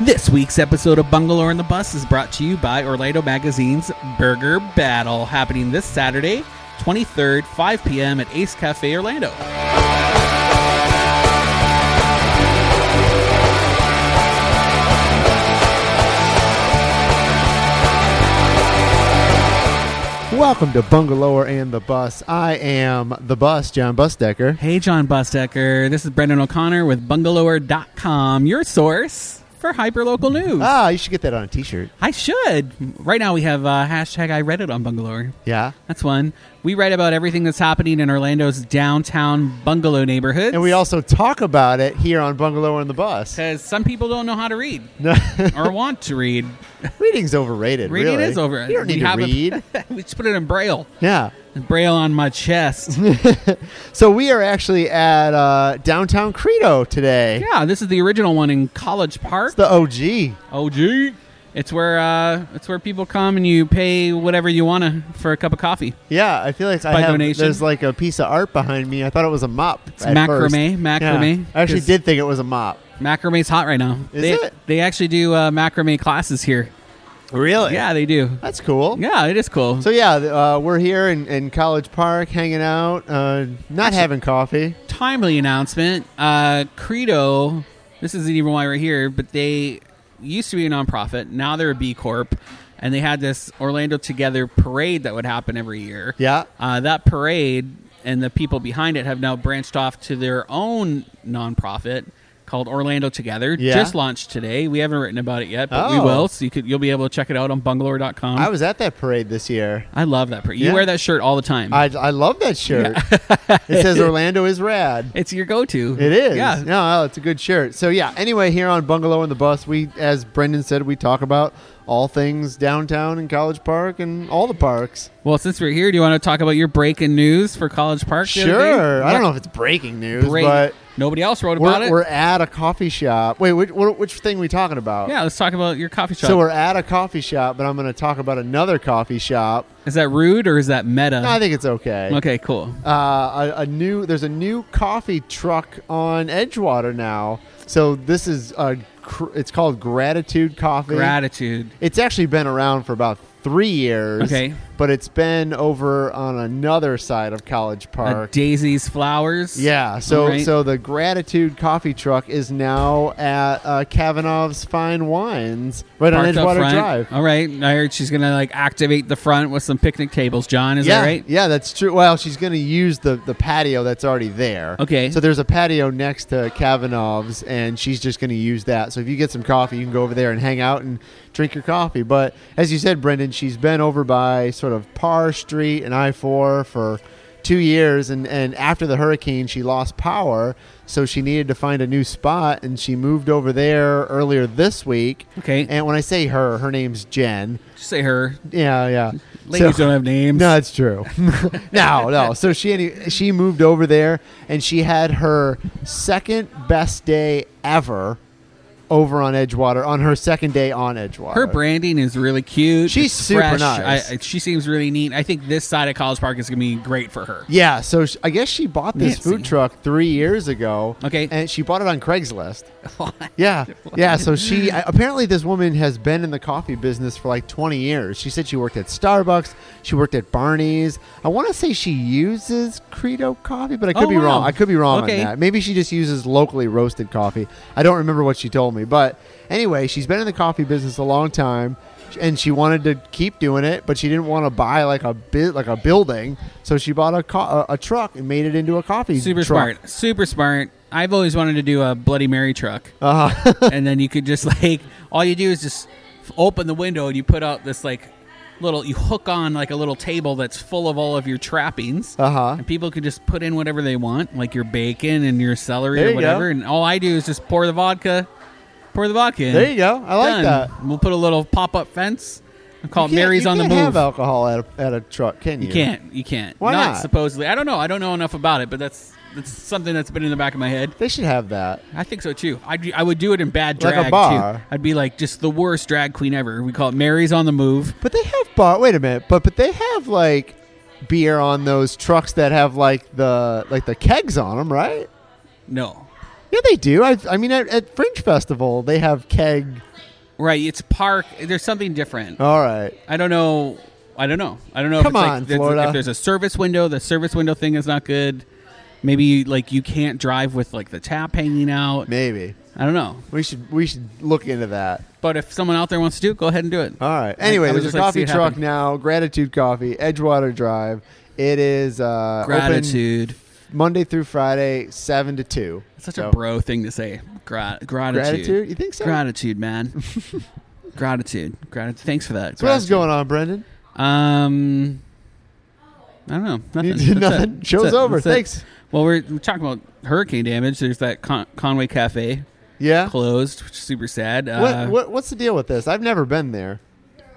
This week's episode of Bungalow on the Bus is brought to you by Orlando Magazine's Burger Battle, happening this Saturday, 23rd, 5 p.m. at Ace Cafe Orlando. Welcome to Bungalower and the Bus. I am the bus, John Busdecker. Hey, John Busdecker. This is Brendan O'Connor with Bungalower.com, your source for hyperlocal news. Ah, you should get that on a t-shirt. I should. Right now we have uh, hashtag I read it on Bungalower. Yeah. That's one. We write about everything that's happening in Orlando's downtown bungalow neighborhoods. And we also talk about it here on Bungalower and the Bus. Because some people don't know how to read or want to read. Reading's overrated, Reading really. is over. You don't We need to have a- read. we just put it in braille. yeah. Braille on my chest. So we are actually at uh, downtown Credo today. yeah, this is the original one in College Park. It's the OG. OG. It's where uh, it's where people come and you pay whatever you want to for a cup of coffee. Yeah, I feel like I By have, donation? there's like a piece of art behind me. I thought it was a mop. It's macrame, macrame. I actually 'Cause- did think it was a mop. Macrame's hot right now. Is they, it? They actually do uh, macrame classes here. Really? Yeah, they do. That's cool. Yeah, it is cool. So yeah, th- uh, we're here in, in College Park, hanging out, uh, not having coffee. timely announcement. Uh, Credo, this isn't even why we're here, but they used to be a nonprofit. Now they're a B Corp, and they had this Orlando Together parade that would happen every year. Yeah, Uh, that parade and the people behind it have now branched off to their own nonprofit called Orlando Together. Yeah. Just launched today. We haven't written about it yet, but we Oh. will. So you could, you'll be able to check it out on bungalow.com. I was at that parade this year. I love that parade. You Yeah. wear that shirt all the time. I, I love that shirt. it says Orlando is rad. it's your go-to. It is. Yeah. No, no, it's a good shirt. So yeah. Anyway, here on Bungalow and the Bus, we, as Brendan said, we talk about all things downtown and College Park and all the parks. Well, since we're here, do you want to talk about your breaking news for College Park? the other day? Sure. I Yeah, don't know if it's breaking news, Great. but Nobody else wrote about we're, it. we're at a coffee shop. Wait, which, wh- which thing are we talking about? yeah, let's talk about your coffee shop. So we're at a coffee shop, but I'm going to talk about another coffee shop. is that rude or is that meta? No, I think it's okay. okay, cool. Uh, a, a new there's a new coffee truck on Edgewater now. So this is a cr- it's called Gratitude Coffee. Gratitude. it's actually been around for about three years. Okay. but it's been over on another side of College Uh, Park. Daisy's flowers. yeah, so Right. so the Gratitude Coffee Truck is now at uh, Kavanaugh's Fine Wines, right on Parked up Edgewater front. Drive. All right. I heard she's gonna like activate the front with some picnic tables. John, is yeah, that right? yeah, that's true. Well, she's going to use the, the patio that's already there. Okay. So there's a patio next to Kavanaugh's, and she's just going to use that. So if you get some coffee, you can go over there and hang out and drink your coffee. But as you said, Brendan, she's been over by sort of Parr Street and I 4 for two years. And, and after the hurricane, she lost power. So she needed to find a new spot, and she moved over there earlier this week. Okay. And when I say her, her name's Jen. Just say her. Yeah, yeah. So- Ladies don't have names. no, it's true. no, no. So she any- she moved over there, and she had her second best day ever over on Edgewater on her second day on Edgewater. Her branding is really cute. She's It's super fresh. nice. I, I- she seems really neat. I think this side of College Park is gonna be great for her. Yeah, so sh I guess she bought this Nancy. food truck three years ago. Okay. and she bought it on Craigslist. Yeah, yeah. So she I- apparently this woman has been in the coffee business for like twenty years. She said she worked at Starbucks, she worked at Barney's. I want to say she uses Credo coffee, but I could Oh, be wow. wrong. I could be wrong Okay. on that. Maybe she just uses locally roasted coffee. I don't remember what she told me, but anyway, she's been in the coffee business a long time, and she wanted to keep doing it, but she didn't want to buy like a bit like a building, so she bought a, co- a a truck and made it into a coffee. Super truck. smart. Super smart. I've always wanted to do a Bloody Mary truck. Uh-huh. and then you could just like, all you do is just f- open the window and you put out this like little, you hook on like a little table that's full of all of your trappings. Uh-huh. And people could just put in whatever they want, like your bacon and your celery There or you go. whatever. And all I do is just pour the vodka, pour the vodka in. There you go. I Done. like that. We'll put a little pop up fence and call it You Oh, can't- Mary's you on the can't Move. have alcohol at a, at a truck, can you? You can't. You can't. Why not? Supposedly, I don't know. I don't know enough about it, but that's that's something that's been in the back of my head. They should have that. I think so too. I'd, I would do it in bad Like drag a bar. too. I'd be like just the worst drag queen ever. We call it Mary's on the Move. But they have bar. Wait a minute. But but they have like beer on those trucks that have like the like the kegs on them, right? No, Yeah, they do. I, I mean, at, at Fringe Festival, they have keg right. It's park. There's something different. All right. I don't know. I don't know. I don't know. if Come it's on, like, there's- Florida. If there's a service window, the service window thing is not good. Maybe like you can't drive with like the tap hanging out. Maybe I don't know. we should we should look into that. But if someone out there wants to do it, go ahead and do it. All right. Anyway, I would there's just a like to see coffee it truck happen. now. Gratitude Coffee, Edgewater Drive. It is uh, open Gratitude. Monday through Friday, seven to two. It's such So- a bro thing to say. Gra- gratitude. Gratitude? You think so? Gratitude, man. gratitude. Gratitude. Thanks for that. So what else is going on, Brendan? Um, I don't know. Nothing. You did That's it. nothing. That's Show's it. over. That's it. Thanks. Well, we're, we're talking about hurricane damage. There's that Con- Conway Cafe Yeah. closed, which is super sad. Uh, what, what what's the deal with this? I've never been there.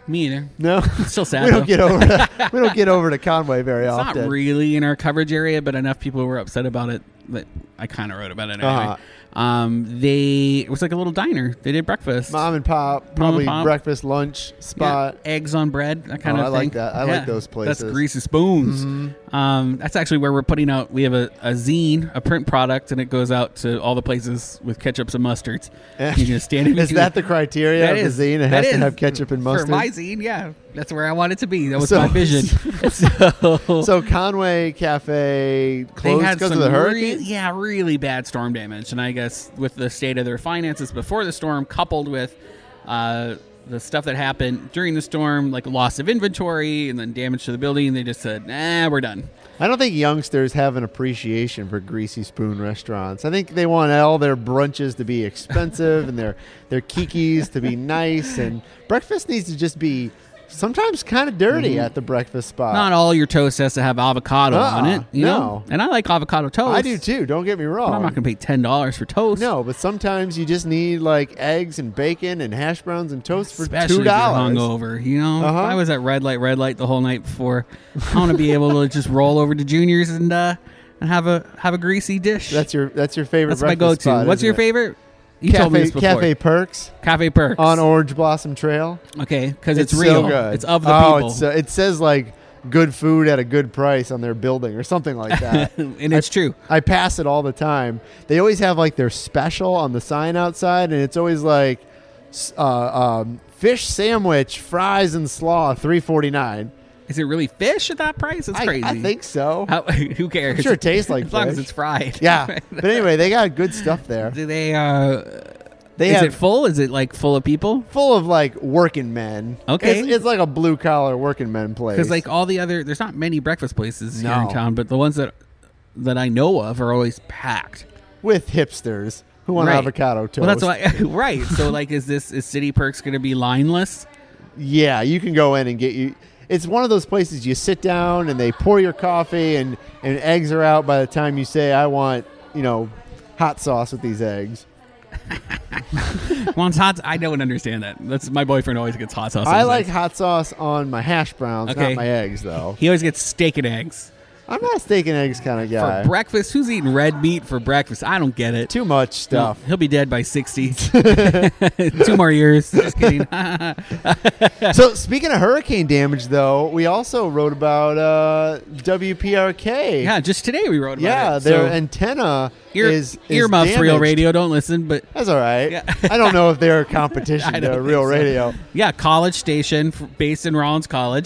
Me either. No. It's still sad. we though. don't get over to, we don't get over to Conway very it's often. not really in our coverage area, but enough people were upset about it that I kind of wrote about it. Anyway. Uh-huh. Um, they it was like a little diner. They did breakfast. Mom and pop, probably pop. breakfast, lunch Yeah, spot. eggs on bread, that kind of Oh, I thing. like that. I like Yeah. those places. Mm-hmm. That's greasy spoons. Um, that's actually where we're putting out. We have a, a zine, a print product, and it goes out to all the places with ketchups and mustards. Yeah. You can stand in Eh, Is between- that the criteria That of is- the zine? that It has to is. have ketchup and mustard. for my zine? Yeah, that's where I want it to be. That was So- my vision. so, so Conway Cafe they closed had because some of the really- hurricane. yeah, really bad storm damage, and I guess with the state of their finances before the storm, coupled with uh, the stuff that happened during the storm, like loss of inventory and then damage to the building, they just said, "Nah, we're done." I don't think youngsters have an appreciation for greasy spoon restaurants. I think they want all their brunches to be expensive and their their kikis to be nice and breakfast needs to just be sometimes kind of dirty Mm-hmm. at the breakfast spot. Not all your toast has to have avocado Uh, Uh-uh, on it, you no. know. And I like avocado toast. I do too. Don't get me But wrong. I'm not going to pay ten dollars for toast. Oh. no, but sometimes you just need like eggs and bacon and hash browns and toast for Especially two if you're dollars. hungover, you know. Uh-huh. If I was at red light, red light the whole night before, I want to be able to just roll over to Junior's and uh, and have a have a greasy dish. That's your that's your favorite. That's my breakfast go-to. spot, What's isn't your it? favorite? You Cafe, told me this before. Cafe Perks Cafe Perks. on Orange Blossom Trail. okay, because it's, so real. good. It's of the oh, people, It's, uh, it says like good food at a good price on their building or something like that. and it's true. I pass it all the time. They always have like their special on the sign outside, and it's always like s- uh, um, fish sandwich, fries, and slaw, three forty nine. Is it really fish at that price? It's I, crazy. I think so. How, who cares? I'm sure it tastes like as long as fish. it's fried. yeah, but anyway, they got good stuff there. Do they? Uh, They is have it full? Is it like full of people? full of like working men. Okay. it's, it's like a blue collar working men place. Because like all the other, there's not many breakfast places here in No. town, but the ones that that I know of are always packed. with hipsters who want Right. avocado toast. Well, that's why. right. So like, is this is City Perks going to be lineless? Yeah, you can go in and get you. It's one of those places you sit down and they pour your coffee and and eggs are out by the time you say I want you know hot sauce with these eggs. Well, it's hot. I don't understand that. That's my boyfriend always gets hot sauce. on I his like eggs. hot sauce on my hash browns, Okay. not my eggs though. He always gets steak and eggs I'm not a steak and eggs kind of for guy. breakfast. Who's eating red meat for breakfast? I don't get it. Too much stuff. He'll be dead by sixty. Two more years. Just kidding. so speaking of hurricane damage though, we also wrote about uh, WPRK. yeah, just today we wrote about it. Yeah, their So, antenna ear, is, is earmuffs. Real damaged. radio. Don't listen, but That's all right. Yeah. I don't know if they're a I competition don't to think real so. radio. Yeah, College Station, f- based in Rollins College.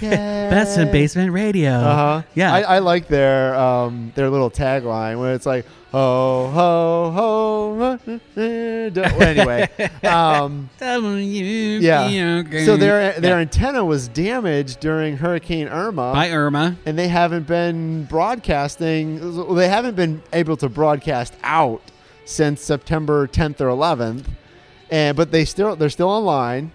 Best in basement radio. Uh huh. Yeah. I, I like their um, their little tagline where it's like, ho ho ho. uh, uh, uh, do-" Well, anyway, um, W- yeah. okay. So their their Yeah. antenna was damaged during Hurricane Irma. by Irma. and they haven't been broadcasting. They haven't been able to broadcast out since September 10th or 11th, and but they still they're still online,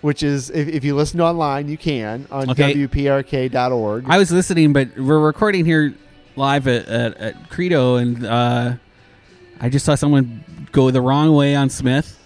which is if, if you listen online, you can on Okay. wprk.org. I was listening, but we're recording here live at, at, at Credo, and uh, I just saw someone go the wrong way on Smith,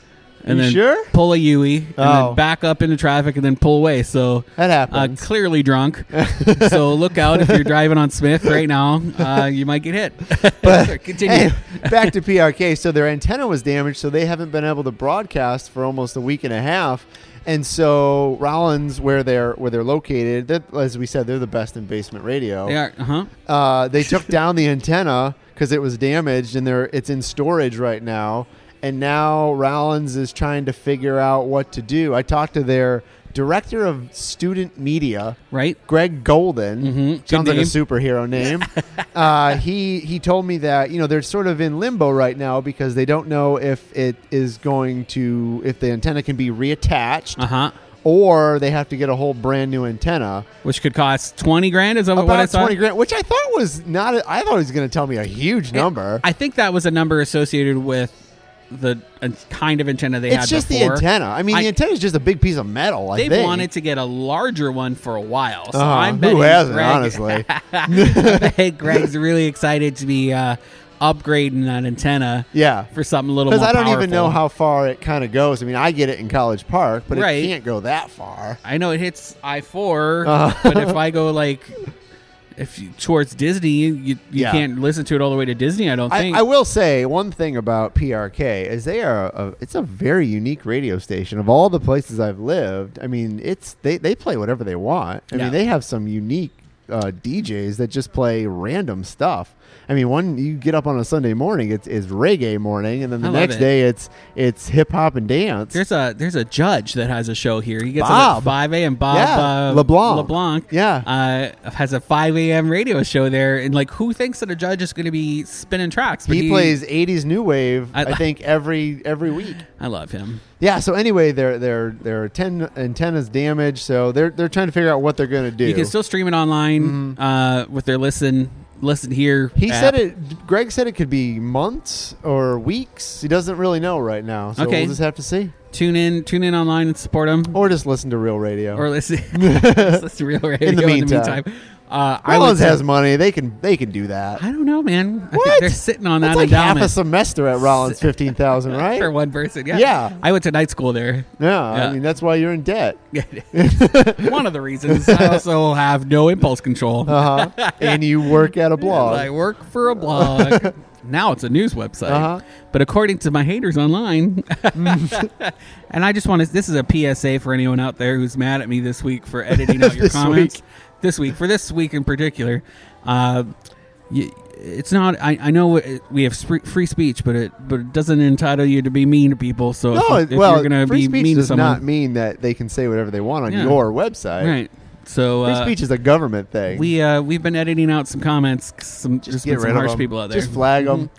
and You then sure? pull a Yui, and Oh. then back up into traffic, and then pull away. So. that Uh, happens. clearly drunk, so look out if you're driving on Smith right now. Uh, you might get hit. But- Continue. Hey, back to PRK. So their antenna was damaged, so they haven't been able to broadcast for almost a week and a half. And so Rollins, where they're where they're located, that as we said, they're the best in basement radio. They are, uh-huh. huh? uh, they took down the antenna because it was damaged and they're, it's in storage right now and now Rollins is trying to figure out what to do. I talked to their director of student media, right? Greg Golden. Mhm. Sounds Good like a superhero name. uh, he he told me that you know they're sort of in limbo right now because they don't know if it is going to if the antenna can be reattached Uh huh. or they have to get a whole brand new antenna. Which could cost twenty grand. Is that Oh, what I About saw? twenty grand, which I thought was not. A, I thought he was going to tell me a huge number. Eh, I think that was a number associated with the uh, kind of antenna they had it's just before. the antenna. I mean, I- the antenna is just a big piece of metal. I They've think. wanted to get a larger one for a while. So Uh-huh. I'm betting Who hasn't, Greg, honestly? I bet Greg's really excited to be uh, upgrading that antenna yeah, for something a little more because I don't powerful. even know how far it kind of goes. I mean, I get it in College Park, but Right. it can't go that far. I know it hits I 4 Uh-huh. but if I go like if you, towards Disney, you you Yeah. can't listen to it all the way to Disney. I don't I, think. I will say one thing about PRK is they are a, it's a very unique radio station. Of all the places I've lived, I mean, it's they, they play whatever they want. I Yeah. mean, they have some unique uh, DJs that just play random stuff. I mean, one you get up on a Sunday morning, it's, it's reggae morning, and then I the love next it. day it's it's hip hop and dance. there's a there's a judge that has a show here. He gets up at Bob. five a.m. Bob Yeah, uh, LeBlanc. LeBlanc, yeah, uh, has a five a.m. radio show there, and like, who thinks that a judge is going to be spinning tracks? But he, plays '80s new wave. I- I think every every week. I love him. Yeah. So anyway, their their their ten antennas damaged, so they're they're trying to figure out what they're going to do. You can still stream it online uh, with their listen listen here. Mm-hmm. he app. said it. Greg said it could be months or weeks. He doesn't really know right now, so Okay. we'll just have to see, Tune in, tune in online and support him, or just listen to real radio. or listen. listen to real radio in the meantime. meantime. Uh, I would Rollins say- has money; they can they can do that. I don't know, man. I think What? they're sitting on That's that like half a endowment semester at Rollins, fifteen thousand, for right? one person. Yeah. Yeah. I went to night school there. No, Yeah. I mean that's why you're in debt. one of the reasons. I also have no impulse control. Uh huh. and you work at a I blog. work for a blog. now it's a news website. Uh-huh. But according to my haters online, and I just want to, this is a PSA for anyone out there who's mad at me this week for editing out your This comments. week. This week, for this week in particular. Uh, y it's not, I, I know it- we have spree- free speech, but it, but it doesn't entitle you to be mean to people. So if, No, you- if well, you're going to free be speech mean to does someone, not mean that they can say whatever they want on Yeah. your website. right. So, Free uh, speech is a government thing. we, uh, we've been editing out some comments, 'cause some, just been some harsh 'em. people out there. Mm-hmm. Just flag them.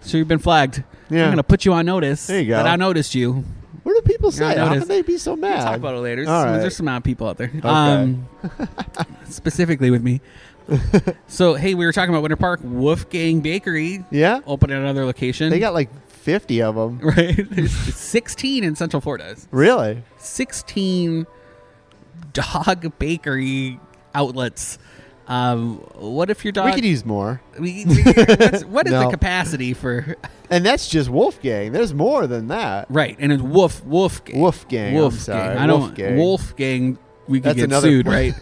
So you've been flagged. Yeah. I'm gonna put you on notice. There you go. That I noticed you. What do people I say? How noticed. can they be so We'll mad? talk about it later. All right. There's some odd people out there. Um, specifically with me. so hey, we were talking about Winter Park Wolfgang Bakery yeah, opening another location. they got like fifty of them. right. There's 16 in Central Florida. Really? 16 dog bakery outlets. Um, what if your dog? We could use more. we- we- what's- what is the No. capacity for? And that's just Wolfgang. There's more than that. Right, and it's Wolf Wolfgang. Wolfgang. I'm Wolfgang. sorry. I don't Wolfgang. Wolfgang. We could That's get another sued, point.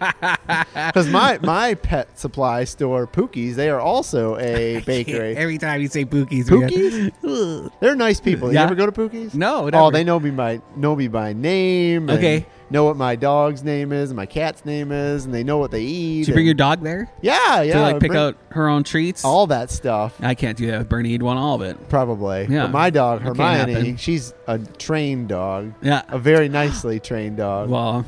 right? Because my my pet supply store Pookies, they are also a bakery. Every time you say Pookies, Pookies? Pookies. They're nice people. Yeah. You ever go to Pookies? No, Oh, never. they know me by know me by name. and Okay. Know what my dog's name is, and my cat's name is, and they know what they eat. Did you bring your and- dog there yeah, yeah. to like pick bring out her own treats? all that stuff. I can't do that. with Bernie would want all of it. Probably. Yeah. But my dog, That can't Hermione, happen. she's a trained dog. Yeah. A very nicely trained dog. Well,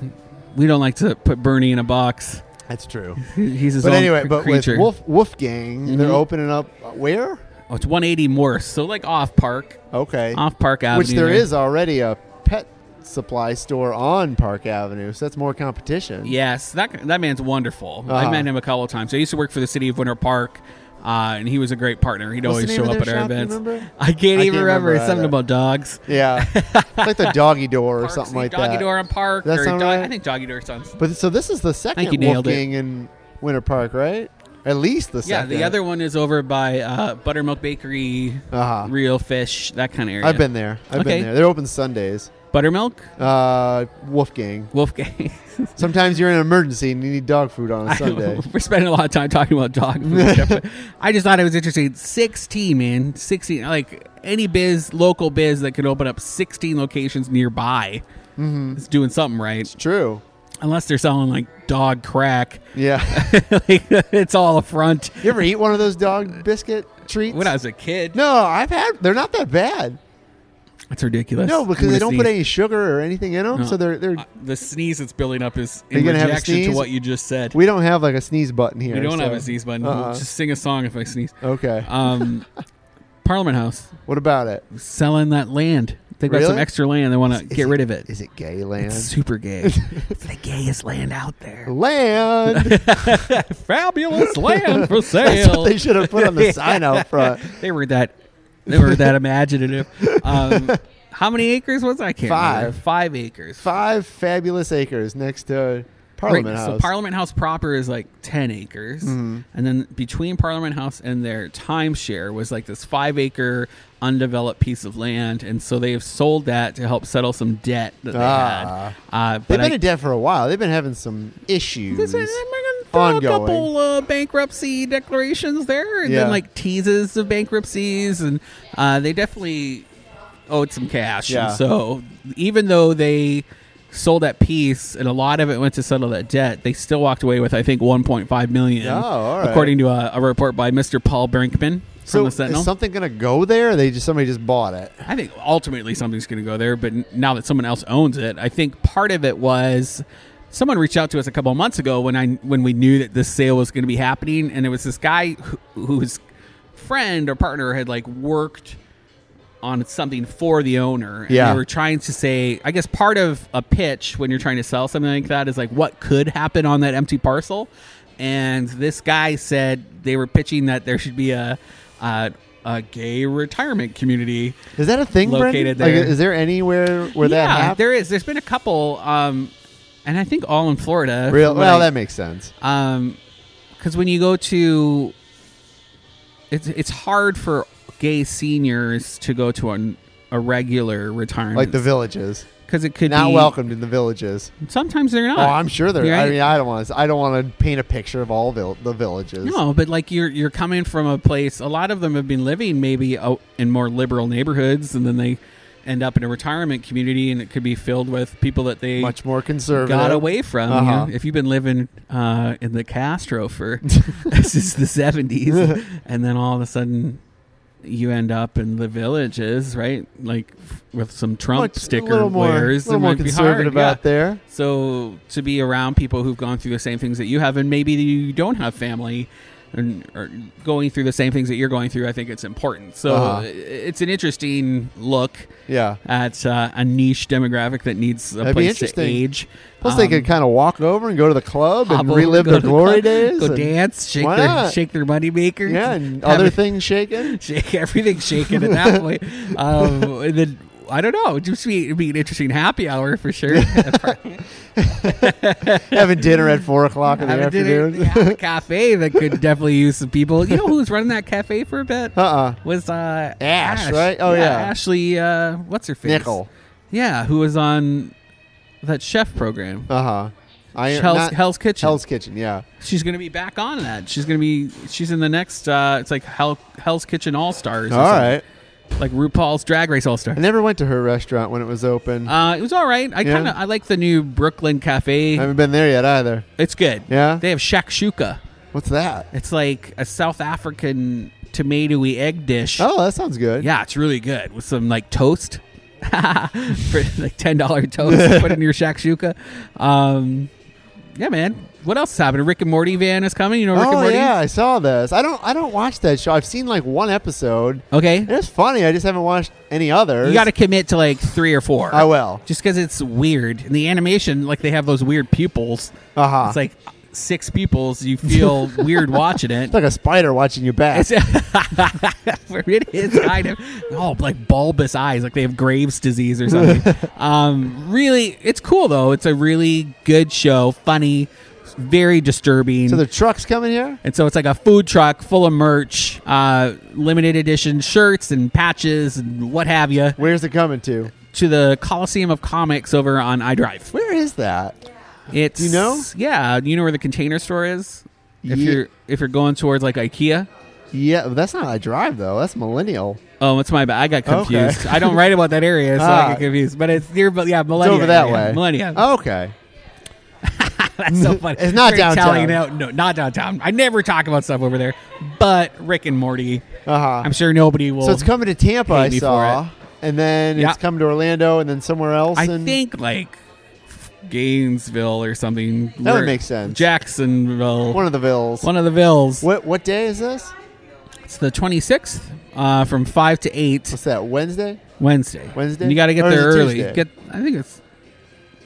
we don't like to put Bernie in a box. That's true. He's his But own anyway, cr- but with creature. Wolf Wolfgang, Mhm. they're opening up uh, where? Oh, it's 180 Morse, so like off park, Okay. off Park Avenue. Which there is already a pet supply store on Park Avenue, so that's more competition. Yes, that that man's wonderful. I Uh-huh. met him a couple of times. I used to work for the city of Winter Park, uh, and he was a great partner. He'd What's the always name show of up their at our shop, you events. remember? I can't even remember. remember It's something either. about dogs. Yeah. It's like the doggy door or Parks, something like Doggy that. Door and Park. That or sound Dog- right? I think Doggy Door sounds. But so this is the think you second nailed it. Wolfgang in Winter Park, right? At least the Yeah, second. the other one is over by uh, Buttermilk Bakery, Uh-huh. Real Fish, that kind of area. I've been there. I've Okay. been there. They're open Sundays. Buttermilk, Uh, Wolfgang. Wolfgang. Sometimes you're in an emergency and you need dog food on a I don't- Sunday. We're spending a lot of time talking about dog food. Jeff, but I just thought it was interesting. Sixteen, man, sixteen. Like any biz, local Mm-hmm. biz that could open up sixteen locations nearby is doing something right. It's true. unless they're selling like dog crack. Yeah. like, it's all a front. you ever eat one of those dog biscuit treats? When I was a kid, no, I've had. They're not that bad. that's ridiculous. No, because I'm they gonna don't put sneeze. any sugar or anything in them, No. so they're they're. Uh, the sneeze that's building up is you in gonna have a reaction to sneeze? what you just said. we don't have like a sneeze button here. We don't have so- a sneeze button. Uh-uh. Just sing a song if I sneeze. Okay. Um, Parliament House what about it? selling that land. They got some Really? extra land. They want to Is get rid of it. Is it gay It's land? super gay. it's the gayest land out Oh. there. Land. Fabulous land for That's sale. what they should have put on the sign out front. They were that. They were that imaginative. Um, how many acres was that? I can't remember. Five. Five acres. Five fabulous acres next to Parliament Right, House. Mm-hmm. So Parliament House proper is like ten acres, and then between Parliament House and their timeshare was like this five acre undeveloped piece of land, and so they have sold that to help settle some debt that they Ah. had. Uh, They've but been I- in debt for a while. They've been having some issues. This is- I'm gonna throw a Ongoing. couple uh, bankruptcy declarations there, and Yeah. then like teases of bankruptcies, and uh, they definitely owed some cash. Yeah. And so even though they sold that piece and a lot of it went to settle that debt, they still walked away with I think 1.5 million, Oh, all right. according to a, a report by Mr. Paul Brinkman from so the Sentinel. is something gonna go there? Or they just somebody just bought it. I think ultimately something's going to go there, but n- now that someone else owns it, I think part of it was someone reached out to us a couple of months ago when I when we knew that this sale was going to be happening, and it was this guy who, whose friend or partner had like worked on something for the owner. And Yeah. they were trying to say, I guess part of a pitch when you're trying to sell something like that is like what could happen on that empty parcel. And this guy said they were pitching that there should be a a, a gay retirement community Is that a thing, Located Brendan? Like, there. is there anywhere where that yeah, happens? there is. There's been a couple, um, and I think all in Florida. Real, from well, what I- that makes sense. um, because when you go to, it's it's hard for gay seniors to go to an, a regular retirement, Like the villages, because it could not be, welcomed in the villages. Sometimes they're not. Oh, I'm sure there. You're I right. mean, I don't want to. I don't want to paint a picture of all vil- the villages. No, but like you're you're coming from a place. A lot of them have been living maybe out in more liberal neighborhoods, and then they end up in a retirement community, and it could be filled with people that they much more conservative. got away from. you Uh-huh. know? if you've been living uh, in the Castro for since the seventies, and then all of a sudden you end up in the villages, right? Like f- with some Trump Much- sticker a little more, wares, a little it more might be conservative hard, out there. yeah. So to be around people who've gone through the same things that you have, and maybe you don't have family. And or going through the same things that you're going through, I think it's important. So Uh-huh. i- it's an interesting look Yeah. at uh, a niche demographic that needs a That'd be place to interesting. age. Plus, they Um, could kind of walk over and go to the club hop and over, relive go their to the glory club, days. Go and- dance, shake Why their not? shake their money makers. Yeah, and have other it- things shaken. shake everything shaken at that point. Um, and then I don't know. It'd just be it'd be an interesting happy hour for sure. Having dinner at four o'clock in the Have a dinner afternoon. at a cafe that could definitely use some people. You know who was running that cafe for a bit? Uh uh Was uh, Ash, right? Oh, yeah. Ashley. Uh, what's her face? Nickel. Yeah, who was on that chef program? Uh huh. I Hell's, not- Hell's Kitchen. Hell's Kitchen. Yeah. she's going to be back on that. She's going to be she's in the next. Uh, it's like Hell, Hell's Kitchen All Stars. All right. like RuPaul's Drag Race All Stars. I never went to her restaurant when it was open. Uh, it was all right. I Yeah. kind of I like the new Brooklyn I Cafe. haven't been there yet either. It's good. Yeah? they have shakshuka. What's that? It's like a South African tomatoey egg dish. Oh, that sounds good. Yeah, it's really good with some like toast. For like ten dollar toast, put in your shakshuka. Um, yeah, man. What else is happening? Rick and Morty van is coming. You know Rick and oh Morty. yeah, I saw this. I don't. I don't watch that show. I've seen like one episode. Okay, And it's funny. I just haven't watched any others. you got to commit to like three or four. I will. just because it's weird. And the animation, like they have those weird pupils. Uh huh. It's like six pupils. You feel weird watching it. It's like a spider watching your back. It's, it is kind of oh, like bulbous eyes, like they have Graves' disease or something. um, really, it's cool though. It's a really good show, funny, very disturbing. So the trucks coming here. and so it's like a food truck full of merch, uh, limited edition shirts and patches and what have you, Where's it coming to? to the Coliseum of Comics over on iDrive. Where is that? It's You know? yeah. You know where the container store is. If Ye- you're if you're going towards like IKEA. Yeah, but that's not I drive though. That's millennial. Oh, it's my bad. I got Okay. confused. I don't write about that area, so I Ah. get confused. But it's near, but yeah, It's millennia. over that area. way. millennia. Okay. That's so funny. Oh. It's not Very downtown. Italian out. No, not downtown. I never talk about stuff over there. But Rick and Morty. Uh-huh. I'm sure nobody will. So it's coming to Tampa, Hate I me for saw, it. and then Yeah. it's coming to Orlando, and then somewhere else. I and think like Gainesville or something. That would Where- make sense. Jacksonville. one of the villas. One of the Villes. What what day is this? It's the 26th uh, from 5 to 8 What's that? Wednesday? Wednesday. Wednesday? And you got to get Or is there it early. Tuesday? Get I think it's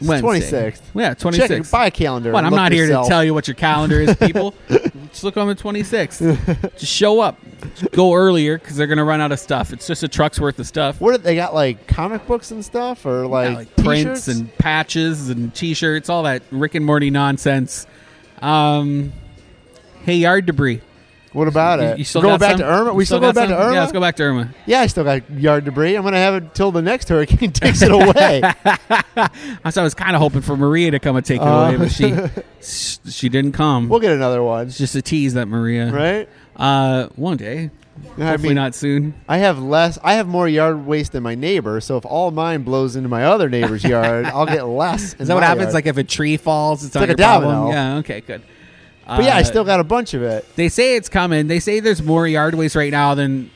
Wednesday. 26th. Yeah, Check 26th. it. Buy a calendar. What? and I'm look not here yourself. to tell you what your calendar is, people. just look on the 26th. Just show up. Just go earlier because they're going to run out of stuff. It's just a truck's worth of stuff. What if they got like comic books and stuff, or like, Yeah, like prints t-shirts? and patches and T-shirts, all that Rick and Morty nonsense. Um, hey, yard debris. What about You, it? you still go got back some? to Irma. We You still, go got back some? to Irma. Yeah, let's go back to Irma. Yeah, I still got yard debris. I'm gonna have it till the next hurricane takes it away. I was- I was kind of hoping for Maria to come and take it Uh. away, but she s- she didn't come. we'll get another one, it's just a tease that Maria. right? Uh, one day, I hopefully mean, not soon. I have less. I have more yard waste than my neighbor. So if all mine blows into my other neighbor's yard, I'll get less. Is that what happens? Like if a tree falls, it's, not like your a domino. problem? Yeah. Okay. Good. but yeah, I Uh, still got a bunch of it. They say it's coming. They say there's more yard waste right now than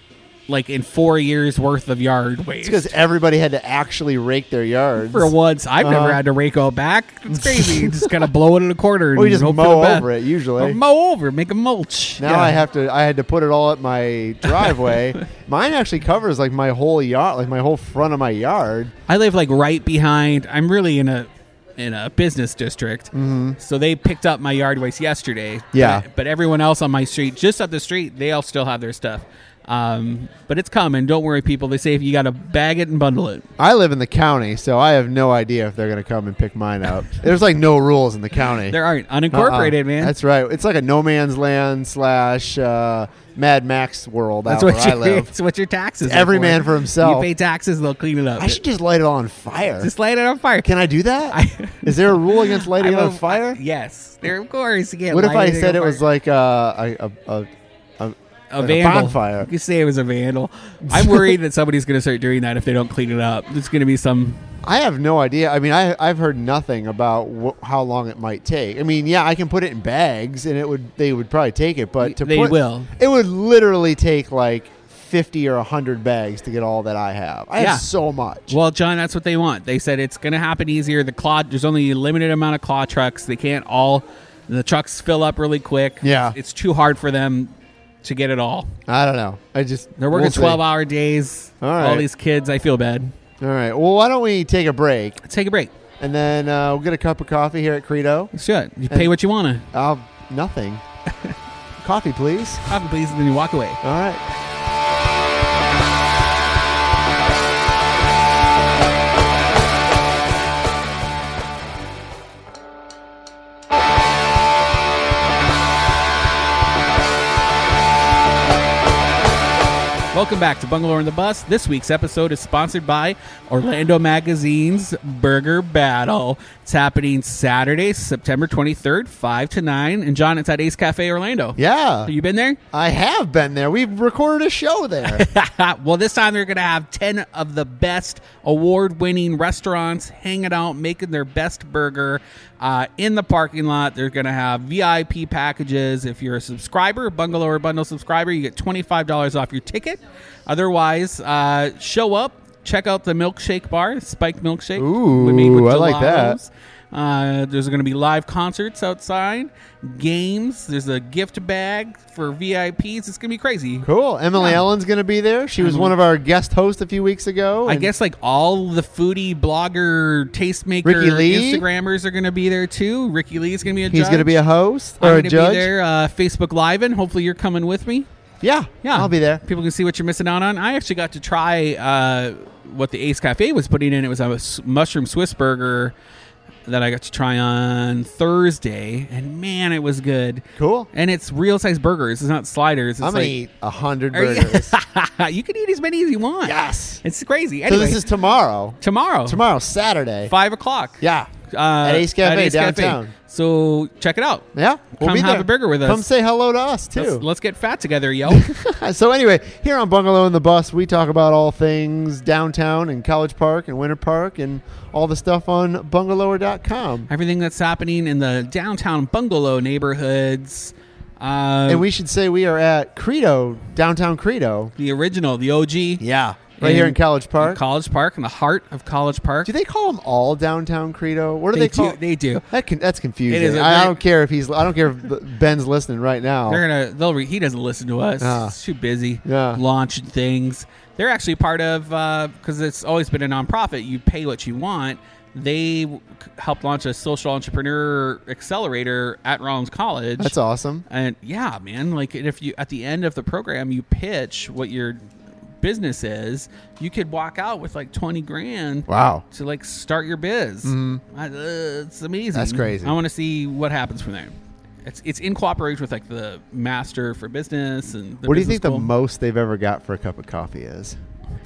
like in four years worth of yard waste. It's because everybody had to actually rake their yards. for once, I've never Uh-huh. had to rake all back. It's crazy. You just kind of blow it in a quarter. And we just hope for mow the best. over it usually. Or mow over. Make a mulch. Now Yeah. I have to. I had to put it all at my driveway. Mine actually covers like my whole yard, like my whole front of my yard. I live like right behind. I'm really in a in a business district, so they picked up my yard waste yesterday. Mm-hmm. Yeah. but, but everyone else on my street, just up the street, they all still have their stuff. Um, but it's coming. Don't worry, people. They say if you got to bag it and bundle it. I live in the county, so I have no idea if they're going to come and pick mine up. There's like no rules in the county. There aren't unincorporated, Uh-uh. man. That's right. It's like a no man's land slash uh, Mad Max world. That's out what where I you, live. It's what your taxes. are Every man for himself. You pay taxes, they'll clean it up. I should just light it on fire. just light it on fire. Can I do that? Is I- there a rule against lighting it I'm on a- fire? Yes, there of course. You can't What if light I on said it fire. was like uh, a, a, a, a a Like a vandal. bonfire. You could say it was a vandal. I'm worried that somebody's going to start doing that if they don't clean it up. It's going to be some. I have no idea. I mean, I I've heard nothing about wh- how long it might take. I mean, yeah, I can put it in bags, and it would they would probably take it, but to They put- will. It would literally take like fifty or hundred bags to get all that I have. I Yeah. have so much. Well, John, that's what they want. They said it's going to happen easier. The claw. There's only a limited amount of claw trucks. They can't all. The trucks fill up really quick. Yeah. it's, it's too hard for them to get it all. I don't know. I just They're working we'll see. twelve-hour days. All right. All these kids, I feel bad. All right. Well, why don't we take a break Let's take a break. and then uh, we'll get a cup of coffee here at Credo. Let's do it. You pay what you want to. Uh, nothing. coffee, please. Coffee, please, and then you walk away. All right. Welcome back to Bungalow and the Bus. This week's episode is sponsored by Orlando Magazine's Burger Battle. It's happening Saturday, September 23rd, 5 to 9. And John, it's at Ace Cafe Orlando. Yeah, Have you been there? I have been there. We've recorded a show there. well, this time they're going to have 10 of the best award winning restaurants hanging out, making their best burger uh, in the parking lot. They're going to have VIP packages. If you're a subscriber, bungalow or bundle subscriber, you get $25 off your ticket. Otherwise, uh, show up, check out the milkshake bar, Spike Milkshake. Ooh, we made with I like that. gelatos. Uh, there's going to be live concerts outside, games. There's a gift bag for VIPs. It's going to be crazy. Cool. Emily Ellen's going to be there. She was one of our guest hosts a few weeks ago. I and- guess like all the foodie blogger, tastemaker, Ricky Lee? Instagrammers are going to be there too. Ricky Lee's going to be a he's judge. going to be a host I'm or a gonna judge. Be there, uh, Facebook Live, and hopefully you're coming with me. Yeah, Yeah, I'll be there. People can see what you're missing out on. I actually got to try uh, what the Ace Cafe was putting in. It was a s- mushroom Swiss burger that I got to try on Thursday, and man, it was good. Cool. And it's real size burgers. It's not sliders. It's I'm going like to eat a hundred Are you- burgers. you can eat as many as you want. yes. it's crazy. So Anyway, this is tomorrow. tomorrow. Tomorrow, Saturday. five o'clock. Yeah. Uh, At Ace Cafe downtown. So check it out. Yeah, we'll Come be have there. a burger with us. Come say hello to us too. Let's, let's get fat together, yo. Uh, so anyway, here on Bungalow and the Bus, we talk about all things downtown and College Park and Winter Park and all the stuff on bungalower.com. Everything that's happening in the downtown bungalow neighborhoods. Um, And we should say we are at Credo, downtown Credo. the original, the OG. Yeah. Right here in College Park. College Park, in the heart of College Park. do they call them all downtown Credo? What do they, They call do- they do. That can, that's confusing. It is a I, I very- don't care if he's I don't care if Ben's listening right now. They're gonna. They'll. Re- he doesn't listen to us. Oh. Ah. He's too busy Yeah. launching things. They're actually part of because it's always been a nonprofit. You pay what you want. They w- c- helped launch a social entrepreneur accelerator at Rollins College. that's awesome. And yeah, man, like and if you at the end of the program you pitch what your business is, you could walk out with like twenty grand Wow. to like start your biz. I- uh, it's amazing. Mm-hmm. That's crazy. I want to see what happens from there. It's it's in cooperation with like the master for business and the what do you business think the school. most they've ever got for a cup of coffee is?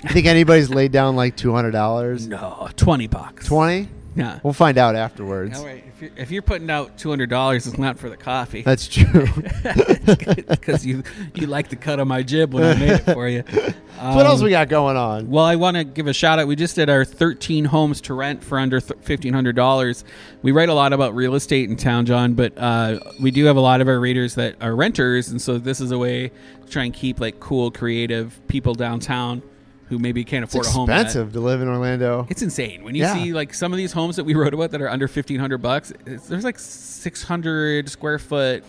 You think anybody's laid down like two hundred dollars? no twenty bucks Twenty? yeah. We'll find out afterwards. All right, if you're, if you're putting out two hundred dollars, it's not for the coffee. That's true. because you you like the cut of my jib when I made it for you. So Um, what else we got going on? Well, I want to give a shout out. We just did our 13 homes to rent for under th- $1,500. We write a lot about real estate in town, John, but uh, we do have a lot of our readers that are renters. And so this is a way to try and keep like cool, creative people downtown who maybe can't It's afford a home. yet. expensive to live in Orlando. It's insane. When you Yeah. see like some of these homes that we wrote about that are under 1500 bucks, it's, there's like 600 square foot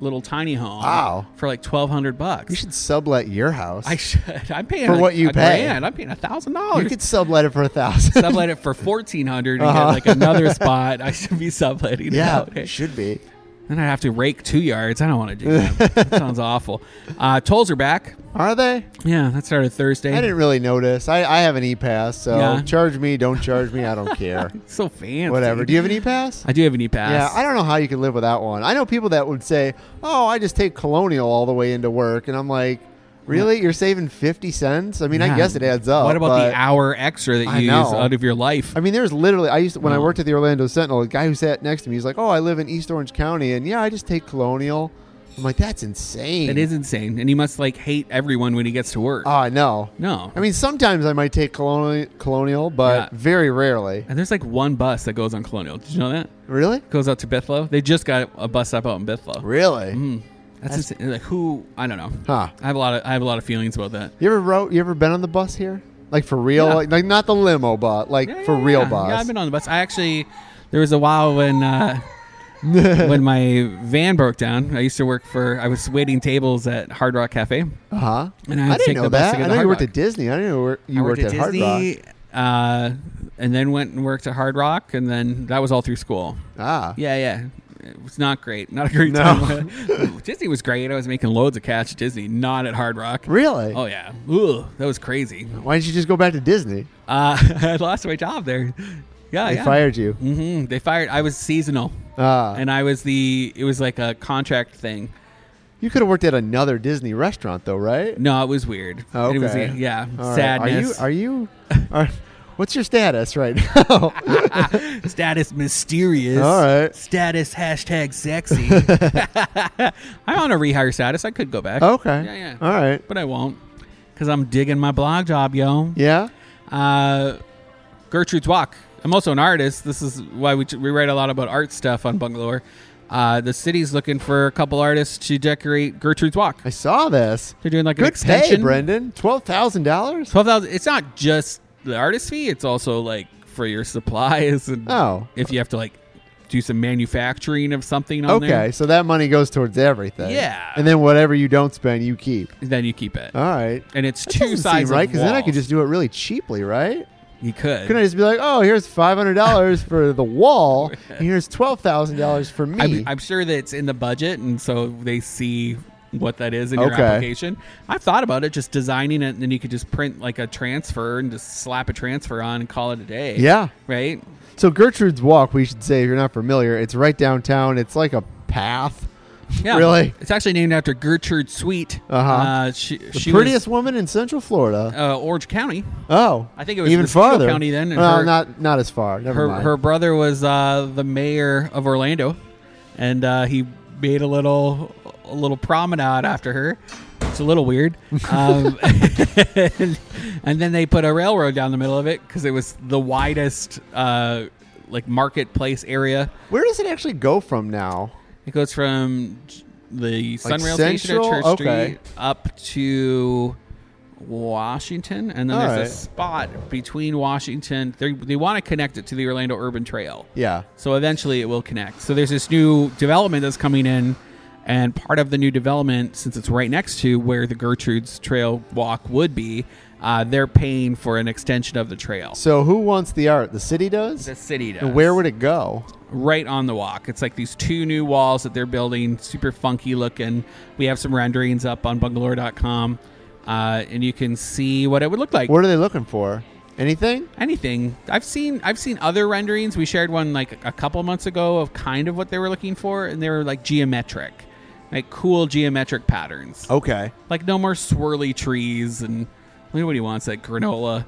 little tiny home Wow. for like 1200 bucks. You should sublet your house. I should. I'm paying For a- what you a pay. grand. I'm paying a thousand you dollars could sublet it for a thousand. sublet it for fourteen hundred and Uh-huh. get like another spot. I should be subletting yeah, it out. should be. Then I'd have to rake two yards. I don't want to do that. that sounds awful. Uh, tolls are back. Are they? Yeah, that started Thursday. I didn't really notice. I, I have an e pass, so Yeah. charge me, don't charge me, I don't care. It's so fancy. Whatever. Do you have an e pass? I do have an e-pass. Yeah, I don't know how you could live without one. I know people that would say, "Oh, I just take Colonial all the way into work," and I'm like, "Really? You're saving fifty cents? I mean, I Yeah. guess it adds up." What about but- the hour extra that I you use know. out of your life? I mean, there's literally I used to, when I No. worked at the Orlando Sentinel, a guy who sat next to me, he's like, "Oh, I live in East Orange County, and yeah, I just take Colonial." I'm like, "That's insane." That is insane. And he must like hate everyone when he gets to work. Oh, I know. no. I mean, sometimes I might take Colonial, Colonial, but Yeah. very rarely. and there's like one bus that goes on Colonial. Did you know that? Really? Goes out to Bithlow. They just got a bus up out in Bithlow. Really? Mm. That's, insane. like who I don't know. Hmm. Huh. I have a lot of I have a lot of feelings about that. You ever rode? You ever been on the bus here? Like for real? Yeah. Like, like not the limo bus, like Yeah, for yeah, real yeah. bus. Yeah, I've been on the bus. I actually there was a while when uh, when my van broke down. I used to work for I was waiting tables at Hard Rock Cafe. Uh-huh. And I had to didn't take know the bus that. to go I to know you Hard worked Rock. at Disney. I didn't know where you I worked, at, Hard Rock. uh, and then went and worked at Hard Rock, and then that was all through school. Ah. Yeah, yeah. It was not great. Not a great No. time. Disney was great. I was making loads of cash at Disney, not at Hard Rock. Really? Oh yeah. Ooh, that was crazy. Why didn't you just go back to Disney? Uh, I lost my job there. Yeah, They yeah. fired you. hmm They fired. I was seasonal, Ah. and I was the. It was like a contract thing. you could have worked at another Disney restaurant though, right? No, it was weird. Oh, It was, okay. yeah, All right. sadness. Are you are you are, what's your status right now? Status mysterious. All right. Status hashtag sexy. I'm on a rehire status. I could go back. okay. Yeah, yeah. All right. But I won't, because I'm digging my blog job, yo. Yeah? Uh, Gertrude's Walk. I'm also an artist. This is why we, we write a lot about art stuff on Bungalow. Uh, the city's looking for a couple artists to decorate Gertrude's Walk. I saw this. They're doing like an Good pay, extension. Brendan. Twelve thousand dollars? Twelve thousand. It's not just the artist fee. It's also like for your supplies and Oh. if you have to like do some manufacturing of something on Okay, there, so that money goes towards everything. Yeah. And then whatever you don't spend, you keep. then you keep it. All right. and it's Oh. That two doesn't seem sides, right? Because then I could just do it really cheaply, right? you could. Couldn't I just be like, "Oh, here's five hundred dollars for the wall, and here's twelve thousand dollars for me"? I'm, I'm sure that it's in the budget, and so they see what that is in your Okay. application. I've thought about it, just designing it, and then you could just print like a transfer and just slap a transfer on and call it a day. yeah. Right. So Gertrude's Walk, we should say, if you're not familiar, it's right downtown. It's like a path Yeah. Really? It's actually named after Gertrude Sweet. Uh-huh. Uh, she The she prettiest was woman in Central Florida. uh, Orange County. oh, I think it was even Mosquito farther. County then, and Well, her- not not as far. Never Her mind. her brother was uh, the mayor of Orlando, and uh, he made a little a little promenade after her. It's a little weird. Um, and, and then they put a railroad down the middle of it because it was the widest uh, like marketplace area. Where does it actually go from now? It goes from the Sun Rail Station Central? at Church Okay. Street up to Washington, and then All there's right. a spot between Washington. They, they want to connect it to the Orlando Urban Trail, Yeah. so eventually it will connect. So there's this new development that's coming in, and part of the new development, since it's right next to where the Gertrude's Trail Walk would be, uh, they're paying for an extension of the trail. So who wants the art? The city does. The city does And where would it go? right on the walk. It's like these two new walls that they're building, super funky looking. We have some renderings up on bungalore.com, uh, and you can see what it would look like. What are they looking for? Anything? Anything I've seen, I've seen other renderings. We shared one like a couple months ago of kind of what they were looking for, and they were like geometric, like cool geometric patterns. Okay. Like no more swirly trees and nobody wants that granola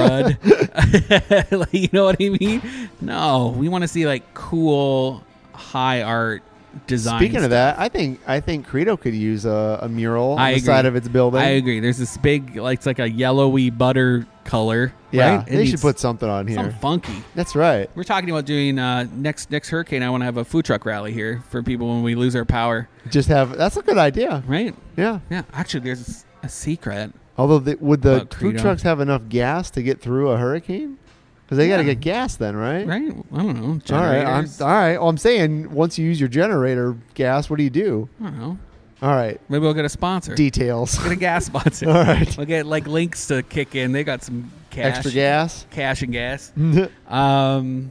crud. like, you know what I mean? No, we want to see like cool high art design. Speaking of stuff. that, I think I think Credo could use a, a mural on I the agree. side of its building. I agree. There's this big like it's like a yellowy butter color. yeah, right? It they should needs put something on here. something funky. That's right. We're talking about doing uh, next next hurricane. I want to have a food truck rally here for people when we lose our power, Just have that's a good idea. right? Yeah. Yeah. Actually, there's a secret. Although, the, would the About food Credo. trucks have enough gas to get through a hurricane? Because they got to Yeah. get gas then, right? Right? I don't know. All right. I'm, Generators? all right. Well, I'm saying once you use your generator gas, what do you do? I don't know. All right. Maybe we'll get a sponsor. Details. Get a gas sponsor. all right. We'll get like links to kick in. They got some cash, Extra gas. cash and gas. Did Um,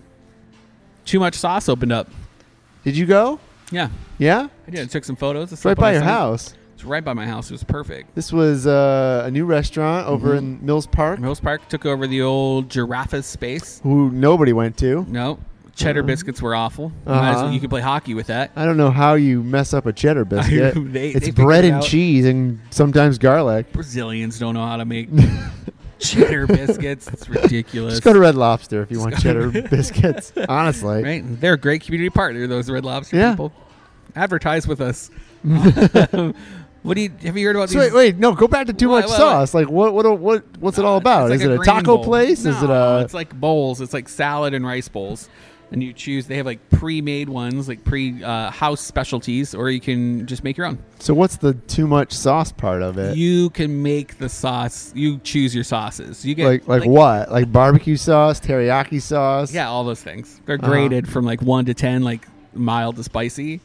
too much sauce opened up. you go? Yeah, Yeah. I did. I took some photos. It's right by your house. It's right by my house. It was perfect. This was uh, a new restaurant over Mhm. in Mills Park, Mills Park took over the old Giraffes space. who nobody went to. No, cheddar Uh-huh. biscuits were awful. You might as well- Uh-huh. you could play hockey with that. I don't know how you mess up a cheddar biscuit. They- it's they figured bread out- and cheese and sometimes garlic. Brazilians don't know how to make cheddar biscuits. It's ridiculous. Just go to Red Lobster if you want cheddar biscuits. Honestly, right? They're a great community partner. Those Red Lobster Yeah. people advertise with us. what do you have you heard about? So these? wait, wait, no, go back to too What- much what- sauce. Like what, what, what, what's it all about? It's Is like it a grain taco bowl. place? Is it No, a? It's like bowls. It's like salad and rice bowls, and you choose. They have like pre-made ones, like pre uh, house specialties, or you can just make your own. So what's the too much sauce part of it? You can make the sauce. You choose your sauces. You get like, like, what? Like barbecue sauce, teriyaki sauce. Yeah, all those things. They're Uh-huh. graded from like one to ten, like mild to spicy.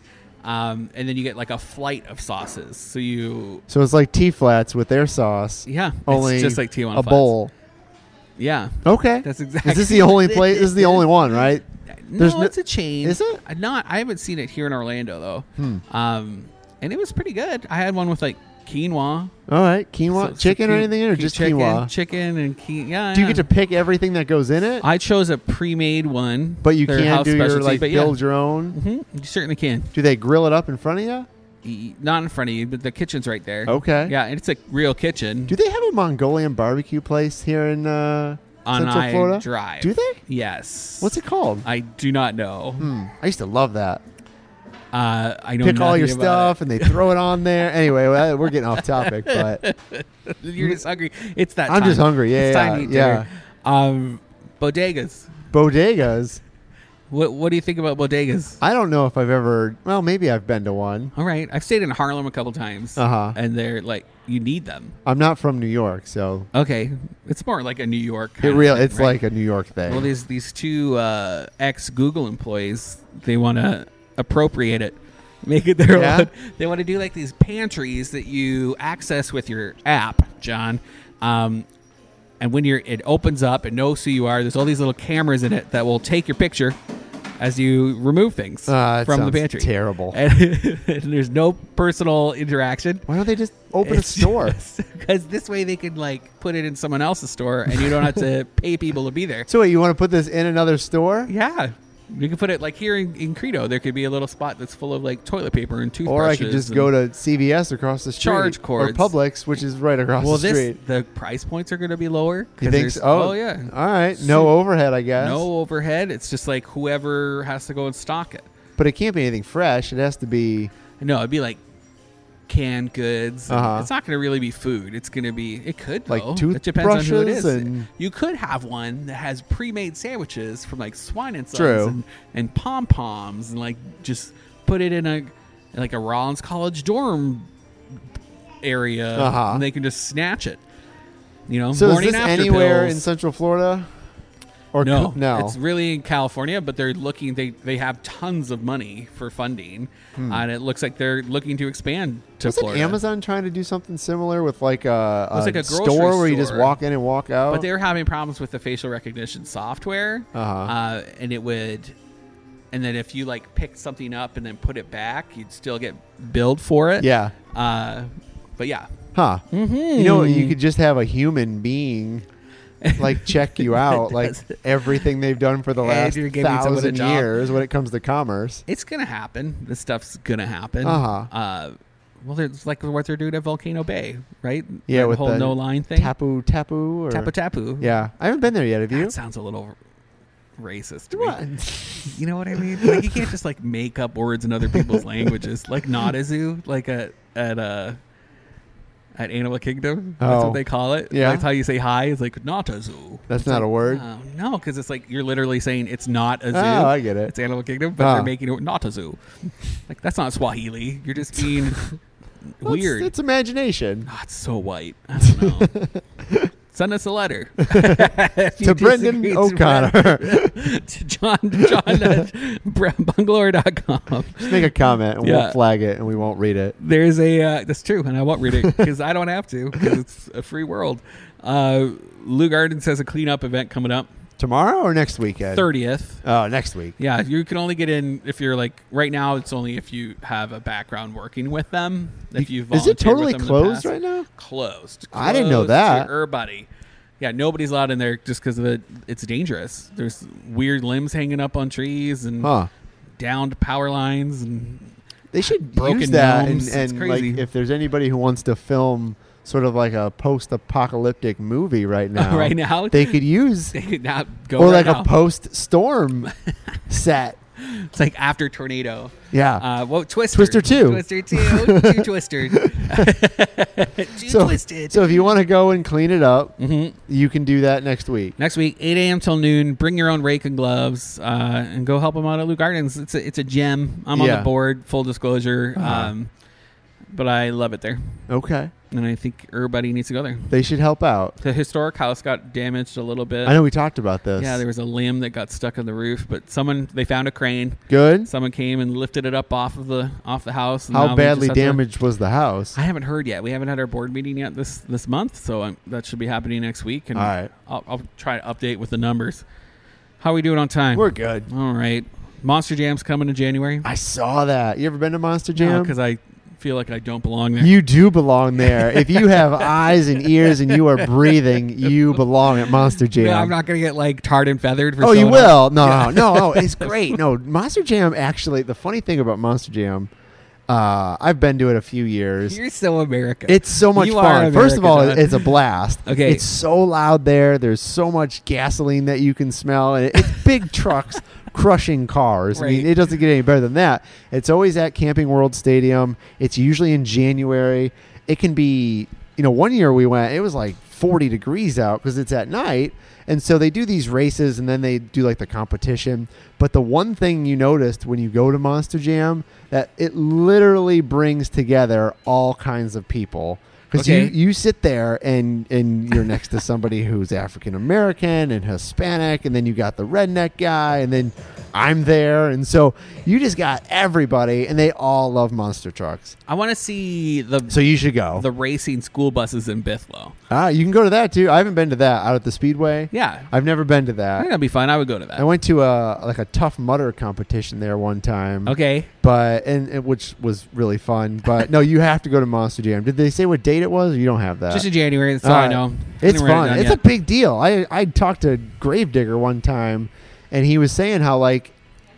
Um, and then you get like a flight of sauces. So you So it's like T flats with their sauce. Yeah, Only it's just like Tijuana a Flats. bowl. Yeah, Okay. that's exactly. Is this the only place? This is the only one, right? No, there's no- it's a chain. Is it? Hmm. I'm Not. I haven't seen it here in Orlando though. Um, and it was pretty good. I had one with like quinoa, All right, So- quinoa, so chicken or qui- anything in, or qui- just chicken, quinoa? chicken and quinoa. Yeah, Do you yeah. get to pick everything that goes in it? I chose a pre-made one, but you their can house do your specialty, like but yeah. build your own. Mhm, You certainly can. Do they grill it up in front of you? E- Not in front of you, but the kitchen's right there. Okay. Yeah, and it's a real kitchen Do they have a Mongolian barbecue place here in uh, on Central I Uh, Florida? Drive. Do they? Yes. What's it called? I do not know. Hmm. I used to love that. Uh, I know Pick all your nothing about it. stuff and they throw it on there. Anyway, well, we're getting off topic, but You're just hungry. It's that. I'm time. just hungry. Yeah, it's yeah, time to eat yeah. dinner. Um, bodegas. bodegas. What What do you think about bodegas? I don't know if I've ever. Well, maybe I've been to one. All right, I've stayed in Harlem a couple times, Uh huh. and they're like, you need them. I'm not from New York, so Okay, it's more like a New York. it kind of real. thing, It's right? like a New York thing. well, these these two uh, ex Google employees they want to appropriate it, make it their Yeah? own. They want to do like these pantries that you access with your app, John. Um, and when you're, it opens up, it knows who you are. There's all these little cameras in it that will take your picture as you remove things Uh, it from the sounds pantry. Eh. Terrible. and, and there's no personal interaction. Why don't they just open a store? because this way they can like put it in someone else's store, and you don't have to pay people to be there. So wait, you want to put this in another store? Yeah, You can put it like here in, in Credo. There could be a little spot that's full of like toilet paper and toothbrushes. Or I could just and- go to CVS across the street, Charge or cords. Publix, which is right across Well, the this street. the price points are going to be lower. 'cause You think? there's- So? Oh, yeah. All right, no overhead, I guess. No overhead. It's just like whoever has to go and stock it. but it can't be anything fresh. It has to be. No, it'd be like canned goods. Uh-huh. It's not going to really be food. It's going to be. It could Like though. It depends on who it is. toothbrushes and- you could have one that has pre-made sandwiches from like Swine and Sons True. and, and pom poms and like just put it in a like a Rollins College dorm area Uh-huh. and they can just snatch it. You know, So morning is this after anywhere pills. in Central Florida? Or no, co- no. It's really in California, but they're looking. They they have tons of money for funding, and it looks like they're looking to expand to Wasn't Florida. Hmm. Amazon trying to do something similar with like a, a, was like a store, grocery where you just store. walk in and walk out? But they were having problems with the facial recognition software, Uh-huh. uh, and it would, and then if you like picked something up and then put it back, you'd still get billed for it. yeah. Uh, but yeah, Huh. You know, Hmm. you could just have a human being like check you out, like does it. everything they've done for the Hey, last you're giving someone a thousand job. years when it comes to commerce. Mm-hmm. it's gonna happen. This stuff's gonna happen. Uh-huh. Uh, well, it's like what they're doing at Volcano Bay, right? Yeah, That with whole the no line thing. Tapu Tapu or tapu tapu. Yeah. I haven't been there yet, have you? That sounds a little racist to me. What? You know what I mean? Like you can't just like make up words in other people's languages. Like Nadazu, like at at uh at Animal Kingdom. That's Oh. what they call it. Yeah. That's how you say hi is like Natazu. That's not a word. Oh, no, because it's like you're literally saying it's not a zoo. Oh, I get it. It's Animal Kingdom, but Ah. they're making it not a zoo. Like that's not Swahili. You're just being That's- weird. It's imagination. Ah, it's so white. I don't know. Send us a letter To Brendan O'Connor. to John John at bungalow.com. Just make a comment and Yeah. we'll flag it and we won't read it. There's a uh, that's true, and I won't read it because I don't have to because it's a free world. Uh, Lou Garden says a cleanup event coming up Tomorrow or next weekend? thirtieth. Oh, next week. Yeah, you can only get in if you're like right now. It's only if you have a background working with them. If you Is it totally closed right now? closed. I didn't know Closed to that. Everybody. Yeah, nobody's allowed in there just because of it. It's dangerous. There's weird limbs hanging up on trees and Huh. downed power lines and They should Broken use that gnomes. and, It's and crazy. like if there's anybody who wants to film sort of like a post-apocalyptic movie right now, right now they could use they could not go. or right like now. a post-storm set. it's like after tornado. Yeah. Uh, well, Twister, Twister two. Twister two, two Twister, two so, twisted. so if you want to go and clean it up, Mhm. you can do that next week. Next week, 8 a.m. till noon. Bring your own rake and gloves, uh, and go help them out at Lou Gardens. It's a, it's a gem. I'm on Yeah. the board. Full disclosure, Uh-huh. um, but I love it there, Okay. and I think everybody needs to go there. They should help out. The historic house got damaged a little bit. I know we talked about this. Yeah, there was a limb that got stuck on the roof, but someone they found a crane. Good. Someone came and lifted it up off of the off the house. And now How we just badly have to- damaged was the house? I haven't heard yet. We haven't had our board meeting yet this this month, so um that should be happening next week. And All right. I'll, I'll try to update with the numbers. How are we doing on time? We're good. All right. Monster Jam's coming in January. I saw that. You ever been to Monster Jam? Because I feel like I don't belong there. You do belong there. if you have eyes and ears and you are breathing, you belong at Monster Jam. No, I'm not going to get like tarred and feathered for oh, you showing up. will. No, no, no. It's great. No, Monster Jam. Actually, the funny thing about Monster Jam, uh, I've been to it a few years. You're so American. It's so much You are fun. First of all, American, John. it's a blast. Okay. It's so loud there. There's so much gasoline that you can smell. And it's big trucks crushing cars. I mean, Right. it doesn't get any better than that. It's always at Camping World Stadium. It's usually in January. It can be, you know, one year we went, it was like 40 degrees out because it's at night. And so they do these races and then they do like the competition. But the one thing you noticed when you go to Monster Jam that it literally brings together all kinds of people. Because Okay. you, you sit there and, and you're next to somebody who's African American and Hispanic, and then you got the redneck guy, and then I'm there. And so you just got everybody, and they all love monster trucks. I want to see the So you should go. the racing school buses in Bithlow. ah, you can go to that too. I haven't been to that out at the Speedway. Yeah. I've never been to I think that. that'd be fun. I would go to I that. went to a like a tough mutter competition there one time. Okay. But and, and which was really fun. But no, you have to go to Monster Jam. Did they say what date it was? Or you don't have that. Just in January. That's all, I Alright. know. It's Didn't write it fun. down it's yet. a big deal. I I talked to Gravedigger one time, and he was saying how like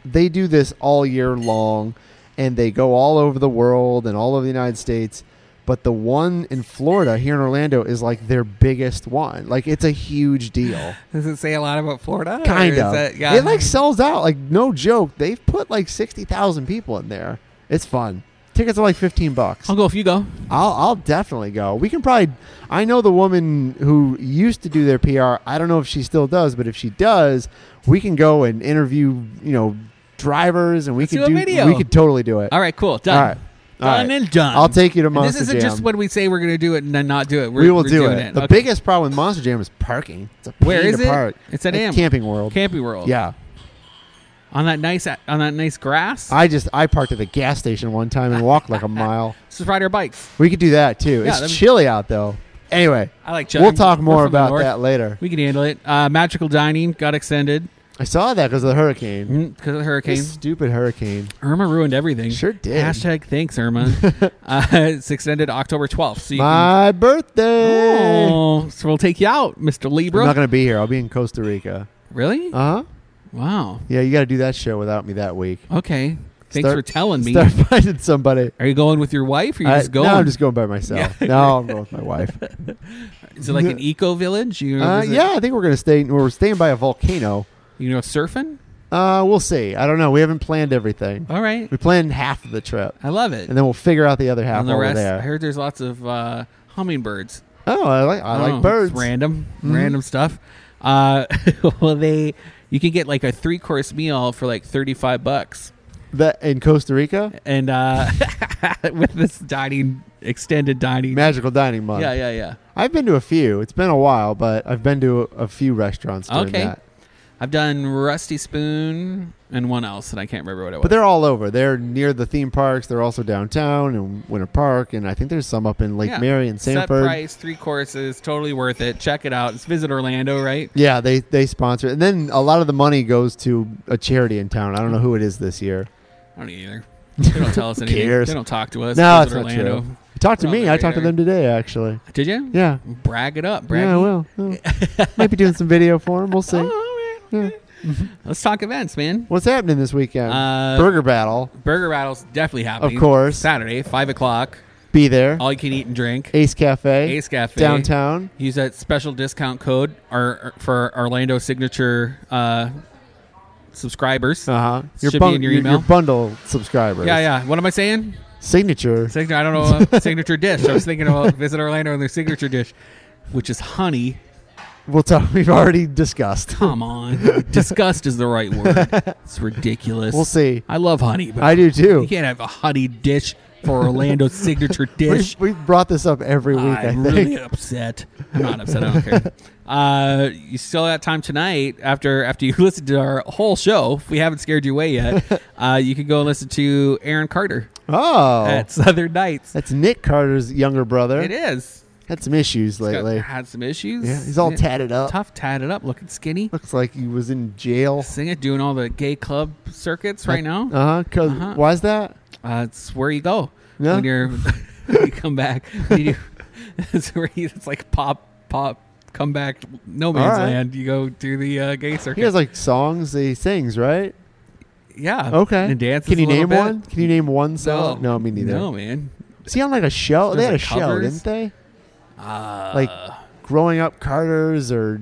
they do this all year long and they go all over the world and all over the United States. But the one in Florida here in Orlando is like their biggest one. Like it's a huge deal. Does it say a lot about Florida? or Kind is of. that- yeah. It like sells out. Like no joke. They've put like sixty thousand people in there. It's fun. Tickets are like fifteen bucks. I'll go if you go. I'll, I'll definitely go. We can probably. I know the woman who used to do their PR. I don't know if she still does, but if she does, we can go and interview. You know, drivers, and we Let's could do a do. video. We could totally do it. All right, cool. Done. All right. All Done right. and done. I'll take you to And this Monster isn't Jam. just when we say we're going to do it and then not do it. We're, we will we're do doing it. it. The Okay. biggest problem with Monster Jam is parking. It's a pain Where is to it? Park. It's at Am- Camping World. Campy World. Yeah, On that nice on that nice grass. I just I parked at the gas station one time and walked like a mile. Let's just ride our bikes. We could do that too. Yeah, that'd it's be- chilly out though. Anyway, I like. we'll chugging. talk We're more from the about north. that later. We can handle it. Uh, magical dining got extended I saw that because of the hurricane. because of the hurricane. This stupid hurricane. Irma ruined everything. Sure did. Hashtag thanks Irma. uh, it's extended October twelfth. So you My birthday. can, oh, so we'll take you out, Mister Libra. I'm not gonna be here. I'll be in Costa Rica. really? Uh huh. wow. Yeah, you got to do that show without me that week. Okay. Thanks Start- for telling me. Start finding somebody. Are you going with your wife? Or you I- just going? No, I'm just going by myself. No, I'm going with my wife. Is it like an eco village? You Uh, is it- yeah, I think we're gonna stay. We're staying by a volcano. You know, surfing. Uh, we'll see. I don't know. We haven't planned everything. All right. We planned half of the trip, I love it. and then we'll figure out the other half and the over rest, I there. heard there's lots of uh, hummingbirds. Oh, I like don't I, know, like it's birds. Mm-hmm. Random, random stuff. Uh, well, they you can get like a three course meal for like thirty five bucks, That in Costa Rica, and uh, with this dining extended dining. magical dining month. yeah, yeah, yeah. I've been to a few. It's been a while, but I've been to a, a few restaurants during Okay. that. I've done Rusty Spoon and one else, and I can't remember what it was. But they're all over. They're near the theme parks. They're also downtown and Winter Park, and I think there's some up in Lake Yeah. Mary and Set Sanford. price, three courses, totally worth it. Check it out. It's Visit Orlando, right? Yeah, they they sponsor, it. and then a lot of the money goes to a charity in town. I don't know who it is this year. I don't either. They don't tell us anything. cares? They don't talk to us. no, Visit it's not Orlando. true. Talk to We're on me. the I talked to radar. them today, actually. Did you? Yeah, Brag it up, brag. yeah, I will. Yeah. Might be doing some video for them. We'll see. Oh, all Yeah. right. Let's talk events, man. What's happening this weekend? Uh, Burger battle. Burger Battle's definitely happening. Of course. Saturday, 5 o'clock. Be there. All you can eat and drink. Ace Cafe. Ace Cafe. downtown. Use that special discount code or, for Orlando Signature uh, subscribers. Uh huh. Your, Uh-huh. Should be bun- in your your, email. your bundle subscribers. yeah, yeah. What am I saying? Signature. Signature, I don't know. uh, signature dish. I was thinking about Visit Orlando and their signature dish, which is honey. We'll talk. We've already discussed. Come on. Disgust is the right word. It's ridiculous. We'll see. I love honey, but I do You too. can't have a honey dish for Orlando's signature We've, dish. we've brought this up every week. I I'm think. really upset. I'm not upset. I don't care. Uh, you still got time tonight after after you listen to our whole show. If we haven't scared you away yet, uh, you can go and listen to Aaron Carter oh, at Southern Nights. that's Nick Carter's younger brother. It is. Had some issues He's got- lately. had some issues. Yeah, he's all Yeah, tatted up. Oh. tough, tatted up, looking skinny. Looks like he was in jail. Sing it, doing all the gay club circuits right now. Uh huh. Uh-huh. Why's that? Uh, it's where you go Yeah. when you're when you come back. When you, it's where you, it's like pop pop come back no man's All right. land. You go do the uh, gay circuit. He has like songs that he sings, right? yeah. Okay. Uh, And dances. Can you a little name bit. one? Can you name one song? No, me neither. No man. Is he on like a show? they There's, had a like, show, covers? didn't they? Uh, Like growing up Carters or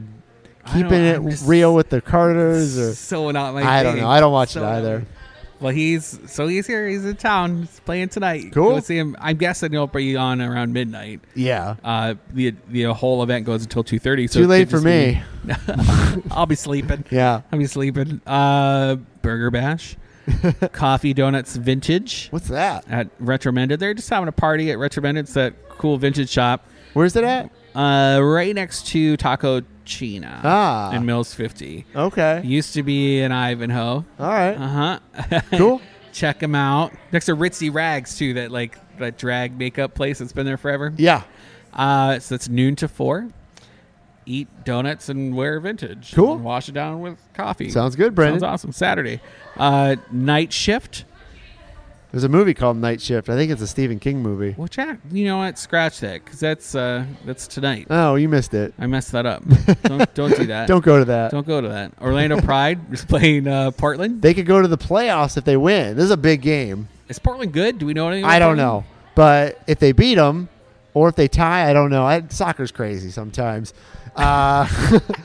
I don't- keeping it I'm just real with the Carters or so not my. I don't thing. know. I don't watch So it not either. my- Well, he's so he's here. He's in town. He's playing tonight. Cool. Go see him. I'm guessing he'll be on around midnight. Yeah. Uh, the the whole event goes until two thirty. So Too it late could for just me. be- I'll be sleeping. Yeah. I'll be sleeping. Uh, Burger Bash, Coffee Donuts Vintage What's that? at Retromended. They're just having a party at Retromended. It's that cool vintage shop Where's it at? uh, right next to Taco China Ah. in Mills 50. Okay. Used to be an Ivanhoe. All right. Uh huh. Cool. Check them out. Next to Ritzy Rags too. That like that drag makeup place that's been there forever. Yeah. Uh, so it's noon to four. Eat donuts and wear vintage. Cool. And wash it down with coffee. Sounds good, Brandon. Sounds awesome. Saturday, uh, night shift. There's a movie called Night Shift. I think it's a Stephen King movie. Which act? You know what? Scratch that because that's uh, that's tonight. Oh, you missed it. I messed that up. don't don't do that. Don't go to that. Don't go to that. Orlando Pride is playing uh, Portland. They could go to the playoffs if they win. This is a big game. Is Portland good? Do we know anything? about I don't Portland? know. But if they beat them or if they tie, I don't know. I, soccer's crazy sometimes. Uh,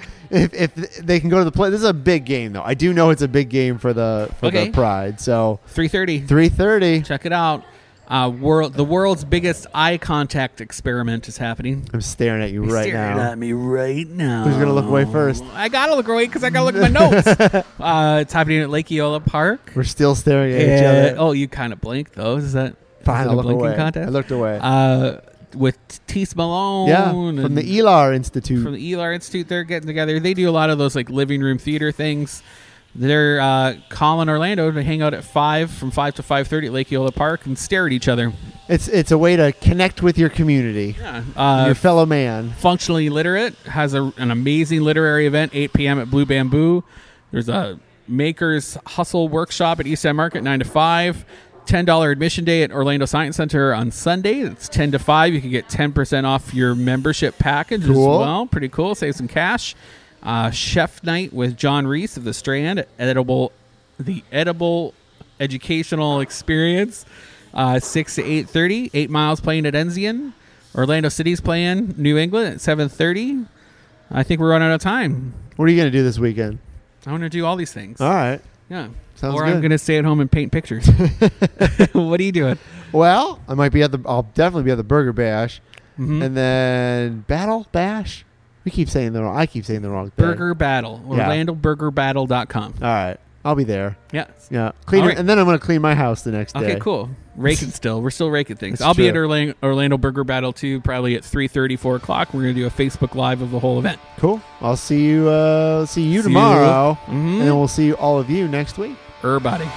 if, if they can go to the play, this is a big game though. I do know it's a big game for the for Okay. the Pride. So Three thirty. three thirty. Check it out. Uh, world, the world's biggest eye contact experiment is happening. I'm staring at you He's right staring now. at me right now. Who's gonna look away first? I gotta look away because I gotta look at my notes. uh, it's happening at Lake Eola Park. We're still staring at And- each other. oh, you kind of blinked though. Is that is Fine, it I a look blinking away. contest? I looked away. uh, with Tease Malone. yeah, from the E- and- Elar Institute. from the Elar Institute. They're getting together. They do a lot of those like living room theater things. They're uh, calling Orlando to hang out at five from five to five thirty at Lake Eola Park and stare at each other. it's it's a way to connect with your community, Yeah. Uh, your fellow man. Functionally literate has a, an amazing literary event 8 p.m. at Blue Bamboo. There's a makers hustle workshop at East End Market 9 to 5. $10 admission day at Orlando Science Center on Sunday. It's 10 to 5. You can get 10% off your membership package Cool. as well. Oh, Pretty cool. Save some cash. Uh, Chef night with John Reese of the Strand. Edible, the edible educational experience. Uh, six to eight thirty. Eight miles playing at Enzian. Orlando City's playing New England at seven thirty. I think we're running out of time. What are you gonna do this weekend? I want to do all these things. All right. yeah. sounds or I'm good. going to stay at home and paint pictures. what are you doing? Well, I might be at the. I'll definitely be at the Burger Bash, Mhm. and then Battle Bash. We keep saying the wrong. I keep saying the wrong thing. Burger Battle. Yeah. OrlandoBurgerBattle.com. All right, I'll be there. Yeah. Yeah, clean. All it right. And then I'm gonna clean my house the next day. Okay, cool. Raking still. We're still raking things. That's I'll be true. at Orlando, Orlando Burger Battle too, probably at 3.30, 4 o'clock. We're going to do a Facebook Live of the whole event. Cool. I'll see you. Uh, see you See you. tomorrow, Mhm. and then we'll see all of you next week. Everybody.